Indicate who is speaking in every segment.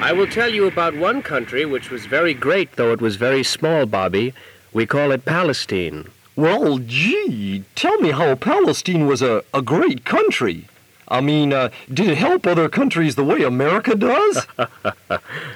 Speaker 1: I will tell you about one country which was very great, though it was very small, Bobby. We call it Palestine.
Speaker 2: Well, gee, tell me how Palestine was a, a great country. I mean, uh, did it help other countries the way America does?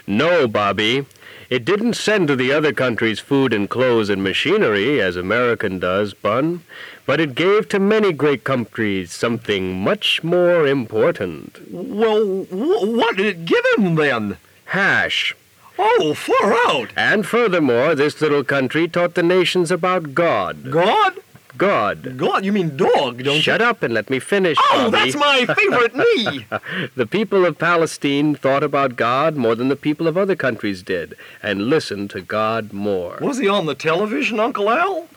Speaker 1: No, Bobby. It didn't send to the other countries food and clothes and machinery, as American does, Bun, but it gave to many great countries something much more important.
Speaker 2: well, wh- what did it give him then?
Speaker 1: Hash.
Speaker 2: Oh, far out!
Speaker 1: And furthermore, this little country taught the nations about God.
Speaker 2: God?
Speaker 1: God.
Speaker 2: God, you mean dog, don't you?
Speaker 1: Shut up and let me finish.
Speaker 2: Oh,
Speaker 1: Bobby.
Speaker 2: that's my favorite knee!
Speaker 1: The people of Palestine thought about God more than the people of other countries did, and listened to God more.
Speaker 2: Was he on the television, Uncle Al?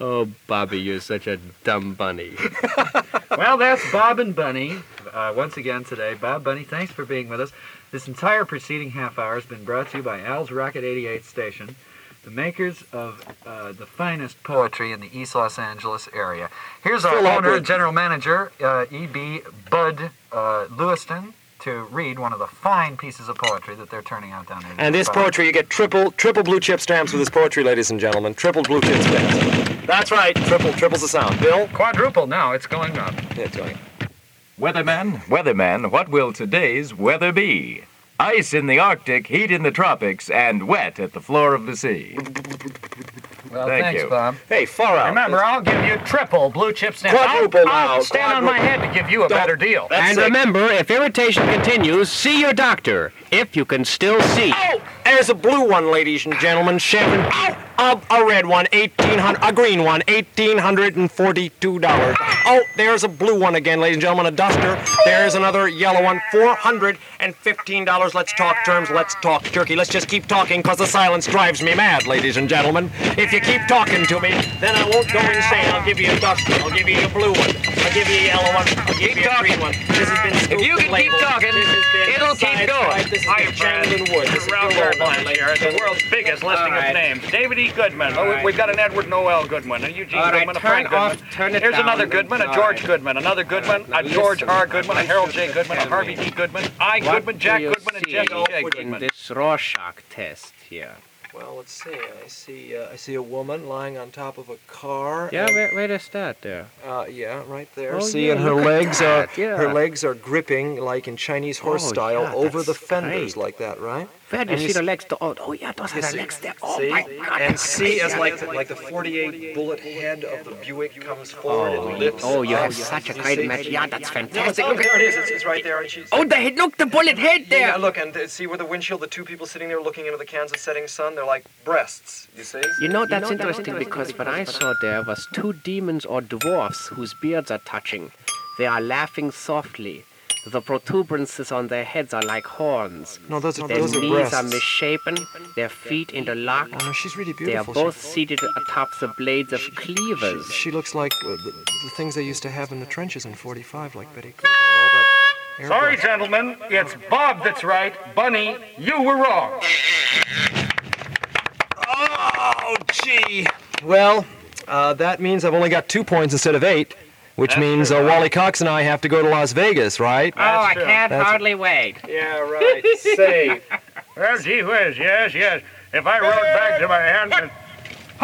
Speaker 1: Oh, Bobby, you're such a dumb bunny.
Speaker 3: Well, that's Bob and Bunny uh, once again today. Bob Bunny, thanks for being with us. This entire preceding half hour has been brought to you by Al's Rocket 88 Station, the makers of uh, the finest poetry in the East Los Angeles area. Here's our
Speaker 2: Phil
Speaker 3: owner
Speaker 2: Hopwood.
Speaker 3: and general manager, uh, E.B. Bud uh, Lewiston, to read one of the fine pieces of poetry that they're turning out down there.
Speaker 4: And this
Speaker 3: Bob.
Speaker 4: poetry, you get triple triple blue chip stamps with this poetry, ladies and gentlemen. Triple blue chip stamps. That's right. Triple triples the sound. Bill.
Speaker 3: Quadruple now, it's going up.
Speaker 4: Yeah, it's going.
Speaker 5: Weatherman, weatherman, what will today's weather be? Ice in the Arctic, heat in the tropics, and wet at the floor of the sea.
Speaker 3: Well,
Speaker 5: Thank
Speaker 3: thanks,
Speaker 5: you.
Speaker 3: Bob.
Speaker 4: Hey, far out.
Speaker 6: Remember, I'll give you triple blue chip stamp.
Speaker 4: Quadruple
Speaker 6: I'll,
Speaker 4: now,
Speaker 6: I'll stand on my head to give you a better deal.
Speaker 4: That's
Speaker 1: and
Speaker 4: it.
Speaker 1: remember, if irritation continues, see your doctor, if you can still see.
Speaker 4: Oh, there's a blue one, ladies and gentlemen. Seven. Oh, a, a red one, eighteen hundred. A green one, eighteen hundred and forty-two dollars. Oh, there's a blue one again, ladies and gentlemen. A duster. There's another yellow one, four hundred and fifteen dollars. Let's talk terms. Let's talk turkey. Let's just keep talking, cause the silence drives me mad, ladies and gentlemen. If you keep talking to me, then I won't go insane. I'll give you a duster. I'll give you a blue one. I'll give you a yellow one. I'll give you a green one. This has been Scoop
Speaker 6: you can keep
Speaker 4: Label.
Speaker 6: talking,
Speaker 4: This has been
Speaker 6: it'll
Speaker 4: Science
Speaker 6: keep going.
Speaker 4: Fight. This has
Speaker 6: Hi,
Speaker 4: been
Speaker 6: Brad.
Speaker 4: Chamberlain Woods. This is
Speaker 6: Ralph
Speaker 4: Bill
Speaker 6: Goldman
Speaker 4: Goldman.
Speaker 6: here, at the world's biggest listing
Speaker 1: right.
Speaker 6: of names. David E. Goodman. Oh, we- We've got an Edward Noel Goodman, a Eugene
Speaker 1: All right,
Speaker 6: Goodman, a
Speaker 1: turn
Speaker 6: Frank
Speaker 1: off-
Speaker 6: Goodman.
Speaker 1: turn it
Speaker 6: Here's
Speaker 1: down
Speaker 6: another
Speaker 1: and-
Speaker 6: Goodman,
Speaker 1: all
Speaker 6: a George
Speaker 1: right.
Speaker 6: Goodman, another Goodman,
Speaker 1: now
Speaker 6: a George
Speaker 1: listen.
Speaker 6: R. Goodman, a Harold J.
Speaker 1: Listen,
Speaker 6: Goodman,
Speaker 1: tell
Speaker 6: a Harvey
Speaker 1: me.
Speaker 6: D. Goodman, I.
Speaker 1: What
Speaker 6: Goodman,
Speaker 1: do
Speaker 6: Jack
Speaker 1: you
Speaker 6: Goodman, and
Speaker 1: see
Speaker 6: Jesse J.
Speaker 1: in
Speaker 6: Goodman.
Speaker 1: this Rorschach test here.
Speaker 4: Well, let's see. I see. Uh, I see a woman lying on top of a car.
Speaker 1: Yeah,
Speaker 4: and,
Speaker 1: where, where to start there?
Speaker 4: uh, yeah, right there.
Speaker 1: Oh,
Speaker 4: see,
Speaker 1: yeah,
Speaker 4: and her
Speaker 1: look at
Speaker 4: legs are
Speaker 1: that, yeah.
Speaker 4: her legs are gripping like in Chinese horse
Speaker 1: Oh,
Speaker 4: style
Speaker 1: yeah,
Speaker 4: over the
Speaker 1: that's
Speaker 4: fenders
Speaker 1: great.
Speaker 4: like that, right?
Speaker 1: Where do you
Speaker 4: And you
Speaker 1: see
Speaker 4: s-
Speaker 1: the legs? To, oh, oh, yeah, those are the
Speaker 4: see-
Speaker 1: legs there. Oh,
Speaker 4: see?
Speaker 1: my God.
Speaker 4: And C is like the, like the 48 bullet head of the Buick comes forward and lifts.
Speaker 1: Oh, you
Speaker 4: up.
Speaker 1: have such a
Speaker 4: You
Speaker 1: great
Speaker 4: see?
Speaker 1: match. Yeah, that's
Speaker 4: No, it's-
Speaker 1: fantastic.
Speaker 4: look, there it is. It's, it's right there, and she's.
Speaker 1: Oh, the head, look, the bullet head
Speaker 4: Yeah,
Speaker 1: there.
Speaker 4: look, and uh, see where the windshield, the two people sitting there looking into the Kansas setting sun, they're like breasts, you see?
Speaker 1: You know, that's interesting because what I saw there was two demons or dwarfs whose beards are touching. They are laughing softly. The protuberances on their heads are like horns.
Speaker 4: No, those are,
Speaker 1: Their
Speaker 4: those are
Speaker 1: knees are
Speaker 4: breasts.
Speaker 1: misshapen, their feet interlocked.
Speaker 4: Oh, no, she's really
Speaker 1: They are
Speaker 4: beautiful. She-
Speaker 1: both seated atop the blades of cleavers.
Speaker 4: She looks like uh, the, the things they used to have in the trenches in 45, like Betty Cooper and all that.
Speaker 6: Sorry, gentlemen, it's Bob that's right. Bunny, you were wrong.
Speaker 4: Oh, gee. Well, uh, that means I've only got two points instead of eight, which means uh, Wally Cox and I have to go to Las Vegas, right?
Speaker 1: Oh,
Speaker 6: That's true.
Speaker 4: That's-
Speaker 1: hardly wait.
Speaker 4: Yeah, right. Safe.
Speaker 6: Well, gee whiz, yes, yes. If I rode back to my aunt and...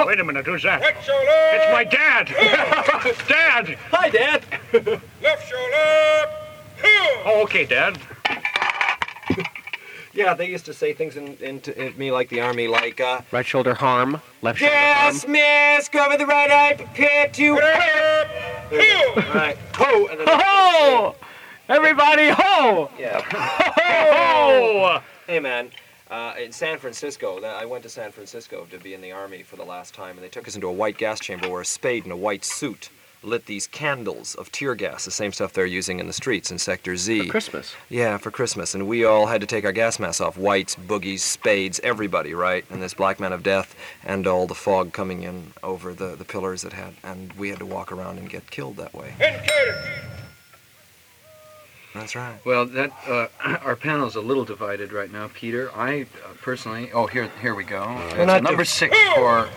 Speaker 6: Wait a minute, who's that? It's my dad! dad!
Speaker 4: Hi, Dad.
Speaker 7: Left shoulder.
Speaker 6: Oh, okay, Dad.
Speaker 4: Yeah, they used to say things in, in, to, in me like the army, like, uh, um,
Speaker 1: Right shoulder harm, left shoulder harm.
Speaker 4: Yes, miss, cover the right eye, prepare to whip. All right, ho, and then,
Speaker 1: Ho! Everybody, ho!
Speaker 4: yeah.
Speaker 6: Oh!
Speaker 4: Hey, man. Uh, in San Francisco, that- I went to San Francisco to be in the army for the last time, and they took us into a white gas chamber where a spade in a white suit lit these candles of tear gas, the same stuff they're using in the streets in Sector Z.
Speaker 1: Christmas.
Speaker 4: yeah, for Christmas. And we all had to take our gas masks off whites, boogies, spades, everybody, right? And this black man of death, and all the fog coming in over the, the pillars that had, and we had to walk around and get killed that way. That's right.
Speaker 3: Well, that uh, our panel's a little divided right now, Peter. I uh, personally, oh here, here we go. It's
Speaker 4: not
Speaker 3: number six for.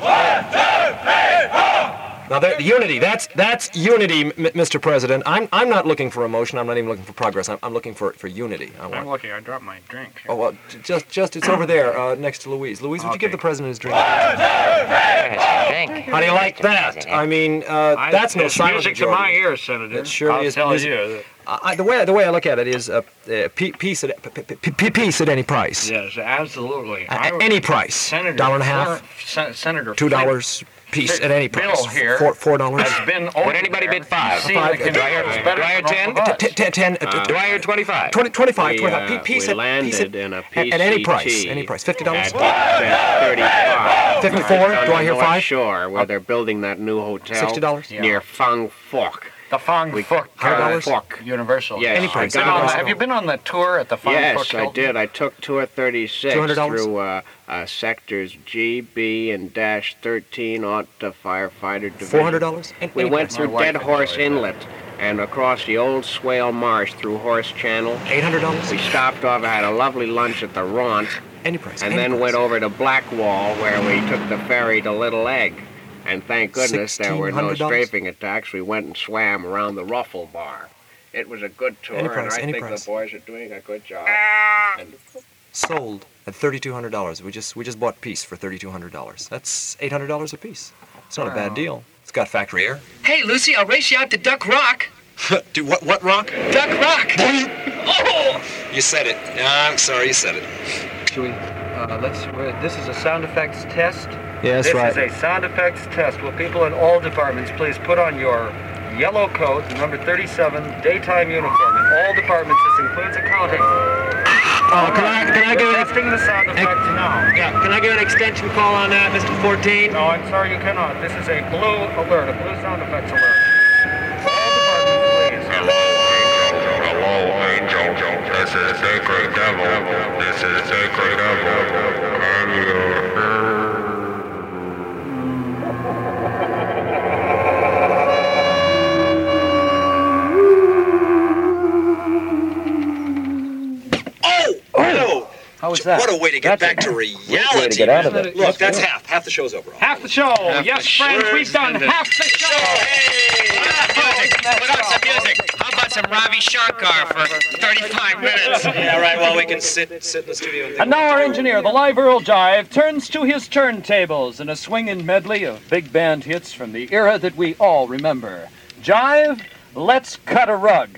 Speaker 4: Now, that, unity. That's that's unity, M- Mr. President. I'm I'm not looking for emotion. I'm not even looking for progress. I'm, I'm looking for for unity. I
Speaker 6: I'm
Speaker 4: want.
Speaker 6: lucky I dropped my drink.
Speaker 4: Oh well, j- just just it's over there uh, next to Louise. Louise, would you give
Speaker 6: Okay.
Speaker 4: the president his drink?
Speaker 8: Drink.
Speaker 4: How do you like that? I mean, uh,
Speaker 6: I-
Speaker 4: that's no
Speaker 6: it's
Speaker 4: silent
Speaker 6: music to
Speaker 4: majority.
Speaker 6: my ears, Senator.
Speaker 4: It surely
Speaker 6: I'll
Speaker 4: is
Speaker 6: tell
Speaker 4: music-
Speaker 6: you.
Speaker 4: I, I- the way the way I look at it is uh, uh, pe- peace at p- p- p- peace at any price.
Speaker 6: Yes, absolutely.
Speaker 4: A-
Speaker 6: I
Speaker 4: a-
Speaker 6: would-
Speaker 4: any price.
Speaker 6: Senator
Speaker 4: dollar and a half,
Speaker 6: Fleur- Sen- Senator
Speaker 4: two
Speaker 6: Flynn
Speaker 4: dollars. Peace at any
Speaker 6: Bill
Speaker 4: price.
Speaker 6: here
Speaker 4: Four four dollars.
Speaker 6: Has been over
Speaker 8: Would anybody
Speaker 6: there.
Speaker 8: bid five?
Speaker 6: Seen the
Speaker 4: Five.
Speaker 6: conditions
Speaker 8: Dwyer-
Speaker 6: better
Speaker 8: Dwyer
Speaker 6: than all
Speaker 8: 10?
Speaker 6: of us.
Speaker 4: T- t- ten, uh, t-
Speaker 8: Dwyer 25.
Speaker 4: 20, 25,
Speaker 1: We,
Speaker 4: 25.
Speaker 1: uh, we
Speaker 4: Pe- peace at, peace
Speaker 1: landed
Speaker 4: at,
Speaker 1: in a
Speaker 4: at- at any
Speaker 1: PCT
Speaker 4: price. Any price. $50?
Speaker 1: At Thirty-five.
Speaker 4: 54?
Speaker 1: Right on
Speaker 4: Do I
Speaker 1: the
Speaker 4: hear
Speaker 1: North
Speaker 4: five? Uh,
Speaker 1: Shore, where they're building that new hotel.
Speaker 4: $60?
Speaker 1: near Fang Fork.
Speaker 6: The Fong
Speaker 1: We-
Speaker 6: Fook
Speaker 1: Hundred
Speaker 6: uh,
Speaker 1: dollars?
Speaker 6: Fork Universal.
Speaker 1: Yes,
Speaker 4: Any
Speaker 1: I
Speaker 4: price,
Speaker 1: got
Speaker 4: any
Speaker 1: on
Speaker 6: Now,
Speaker 4: price.
Speaker 1: that.
Speaker 6: have you been on the tour at the Fong Fook
Speaker 1: Yes, I
Speaker 6: Hilton?
Speaker 1: did. I took tour 36
Speaker 4: $200?
Speaker 1: through uh, uh, sectors G, B, and dash 13 out to firefighter division.
Speaker 4: $400? And
Speaker 1: We
Speaker 4: any
Speaker 1: went
Speaker 4: price.
Speaker 1: through
Speaker 6: wife
Speaker 1: Dead Horse
Speaker 6: enjoyed
Speaker 1: Inlet and across the old Swale Marsh through Horse Channel. We
Speaker 4: $800?
Speaker 1: stopped off, had a lovely lunch at the Ront,
Speaker 4: Any price.
Speaker 1: and
Speaker 4: any
Speaker 1: then
Speaker 4: price.
Speaker 1: went over to Blackwall where we took the ferry to Little Egg. And thank goodness there were no
Speaker 4: $1,600?
Speaker 1: strafing attacks. We went and swam around the Ruffle Bar. It was a good tour,
Speaker 4: Any price,
Speaker 1: and I
Speaker 4: any
Speaker 1: think
Speaker 4: price.
Speaker 1: the boys are doing a good job.
Speaker 4: Sold at $3,200. We just, we just bought peace for $3,200. That's $800 a piece. It's not a bad deal. It's got factory air.
Speaker 9: Hey, Lucy, I'll race you out to Duck Rock.
Speaker 4: Do what, what rock?
Speaker 9: Duck Rock. oh!
Speaker 4: You said it. I'm sorry, you said it.
Speaker 3: Should we? Uh, let's. we this is a sound effects test.
Speaker 4: Yes,
Speaker 3: this
Speaker 4: right.
Speaker 3: is a sound effects test. Will people in all departments please put on your yellow coat, the number 37 daytime uniform in all departments. This includes accounting.
Speaker 4: Oh, can I, can I
Speaker 3: We're
Speaker 4: get
Speaker 3: testing the sound effects now.
Speaker 4: yeah, can I get an extension call on that, Mr. 14?
Speaker 3: No, I'm sorry you cannot. This is a blue alert, a blue sound effects alert. All departments, please.
Speaker 7: Hello, angel. This is Sacred Devil. This is Sacred Devil. I'm your.
Speaker 9: Oh! No!
Speaker 3: How was that?
Speaker 9: What a way to get back to reality.
Speaker 2: out of it.
Speaker 9: Look, that's half. Half the show's over.
Speaker 6: Half the show. yes, friends, we've done half the show.
Speaker 8: Put on some music. How about some Ravi Shankar for 35 minutes?
Speaker 9: Yeah, right. Well, we can sit sit in the studio and think.
Speaker 6: And now our engineer, the live Earl Jive, turns to his turntables in a swinging medley of big band hits from the era that we all remember. Jive, let's cut a rug.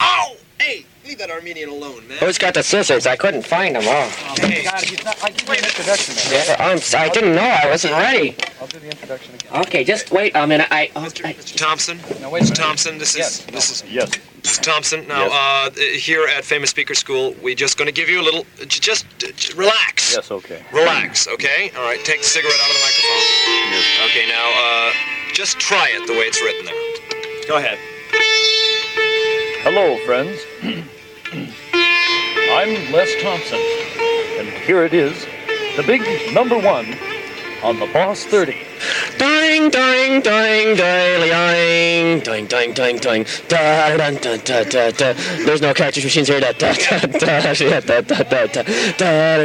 Speaker 9: Ow! Hey, leave that Armenian alone, man.
Speaker 8: Who's got the scissors? I couldn't find them. Oh,
Speaker 3: Oh, my God, he's not, I can do an introduction again.
Speaker 8: yeah, I'm sorry. I didn't know. I wasn't ready.
Speaker 3: I'll do the introduction again.
Speaker 8: Okay, just wait a minute. I. Oh,
Speaker 9: Mr.
Speaker 8: I
Speaker 9: Mr. Thompson,
Speaker 3: Now, wait a minute.
Speaker 9: Thompson, this
Speaker 3: Yes.
Speaker 9: is this is
Speaker 6: Yes.
Speaker 9: Mr. Thompson. Now, uh, here at Famous Speaker School, we just going to give you a little. j- Just, just relax.
Speaker 6: Yes, okay.
Speaker 9: Relax, okay? All right, take the cigarette out of the microphone. Okay, now, uh, just try it the way it's written there. Go ahead.
Speaker 6: Hello, friends. I'm Les Thompson, and here it is, the big number one on the Boss 30.
Speaker 8: Doing, doing, doing, doily, doing, doing, doing, doing, doing, da, da, da, da, da, da. There's no cartridge machines here. Da, da, da, da, da, da, da, da, da, da, da,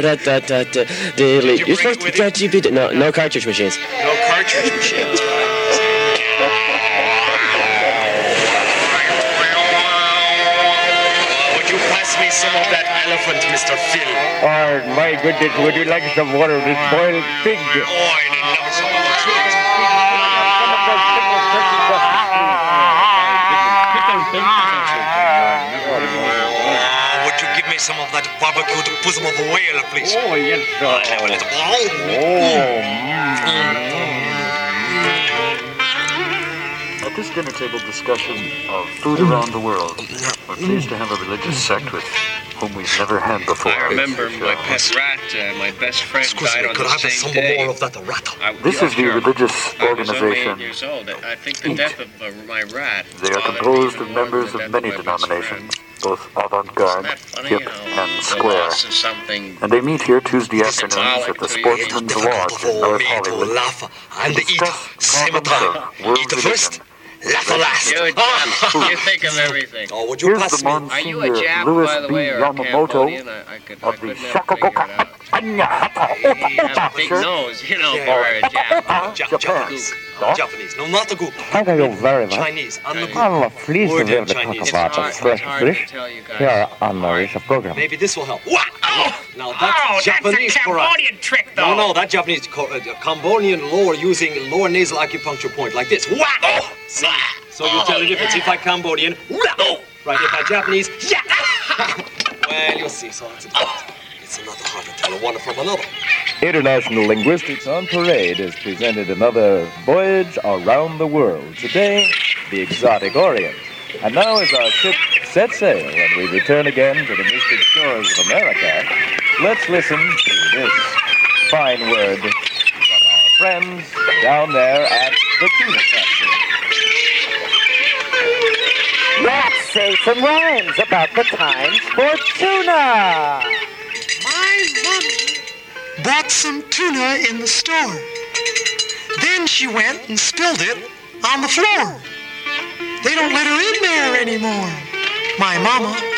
Speaker 8: da, da, da, daily.
Speaker 9: you
Speaker 8: You're
Speaker 9: bring
Speaker 8: supposed to
Speaker 9: it with
Speaker 8: get GP. No, no cartridge machines.
Speaker 9: No cartridge machines. Uh, would you pass me some of that elephant, Mr. Phil?
Speaker 1: Oh, my goodness, would you like some water of this boiled pig?
Speaker 9: Oh, I didn't know so much. Uh, would you give me some of that barbecued bosom of whale, please?
Speaker 1: Oh, yes, sir.
Speaker 9: Oh,
Speaker 6: At this dinner table discussion of food around the world, we're pleased to have a religious sect with whom we've never had before.
Speaker 1: pet rat, uh, my best friend
Speaker 9: Excuse me, could I have some more of that rata?
Speaker 1: I-
Speaker 6: This
Speaker 1: yes,
Speaker 6: is the
Speaker 1: sure.
Speaker 6: religious
Speaker 1: I was only eight
Speaker 6: organization.
Speaker 1: years old. I think the death of uh, my rat.
Speaker 6: They are
Speaker 1: bothered me
Speaker 6: composed
Speaker 1: even
Speaker 6: of
Speaker 1: more
Speaker 6: members
Speaker 1: than
Speaker 6: of
Speaker 1: the
Speaker 6: many
Speaker 1: death my best
Speaker 6: denominations,
Speaker 1: friend.
Speaker 6: both avant-garde,
Speaker 1: Isn't that funny
Speaker 6: hip,
Speaker 1: how
Speaker 6: and
Speaker 1: the
Speaker 6: square.
Speaker 1: loss of something
Speaker 6: And they meet here Tuesday
Speaker 1: It's
Speaker 6: afternoons at
Speaker 1: symbolic
Speaker 6: the
Speaker 1: to you.
Speaker 6: Sportsman's Lodge in
Speaker 9: for
Speaker 6: North
Speaker 9: me to
Speaker 6: Hollywood.
Speaker 9: laugh and eat
Speaker 6: discuss
Speaker 9: same
Speaker 6: problems of
Speaker 9: time.
Speaker 6: world
Speaker 9: Eat
Speaker 6: religion.
Speaker 9: first, laugh last. Ah,
Speaker 1: You're a Jap. you think of everything.
Speaker 9: Oh, would you
Speaker 6: Here's
Speaker 9: pass
Speaker 6: the
Speaker 9: me?
Speaker 1: Are you a
Speaker 6: Monsignor
Speaker 1: Jap,
Speaker 6: Louis
Speaker 1: by the
Speaker 6: B.
Speaker 1: way, or a
Speaker 6: Yamamoto
Speaker 1: Cambodian? I, I could, I
Speaker 6: of
Speaker 1: could
Speaker 6: the
Speaker 1: never figure it out.
Speaker 6: Shakagoka
Speaker 9: have a big nose, you know, for a Jap. Jap- Japanese. Japanese. No, not the goop.
Speaker 1: Thank you very much.
Speaker 9: Chinese. I'm the goop.
Speaker 1: I'm pleased to
Speaker 9: Word
Speaker 1: be able
Speaker 9: in
Speaker 1: to
Speaker 9: Chinese.
Speaker 1: talk
Speaker 9: It's
Speaker 1: about
Speaker 9: hard-
Speaker 1: the fresh
Speaker 9: it's hard to
Speaker 1: fish
Speaker 9: tell you guys.
Speaker 1: here on the Russia program.
Speaker 9: Maybe this will help. Wah! Ow! Now Oh, that's Japanese Cambodian trick, though. No, no, that Japanese co- uh, Cambodian lore using lower nasal acupuncture point like this. Wah! Oh! See? Oh, So you tell the difference if I Cambodian. Wah! Oh! Right, if I Japanese. Yeah! well, you'll see. So it's a It's another hard to tell one from another.
Speaker 3: International Linguistics on Parade has presented another voyage around the world. Today, the exotic Orient. And now, as our ship sets sail and we return again to the mystic shores of America, let's listen to this fine word from our friends down there at the Tuna Factory.
Speaker 1: Let's say some rhymes about the times for tuna.
Speaker 10: My mommy bought some tuna in the store. Then she went and spilled it on the floor. They don't let her in there anymore. My mama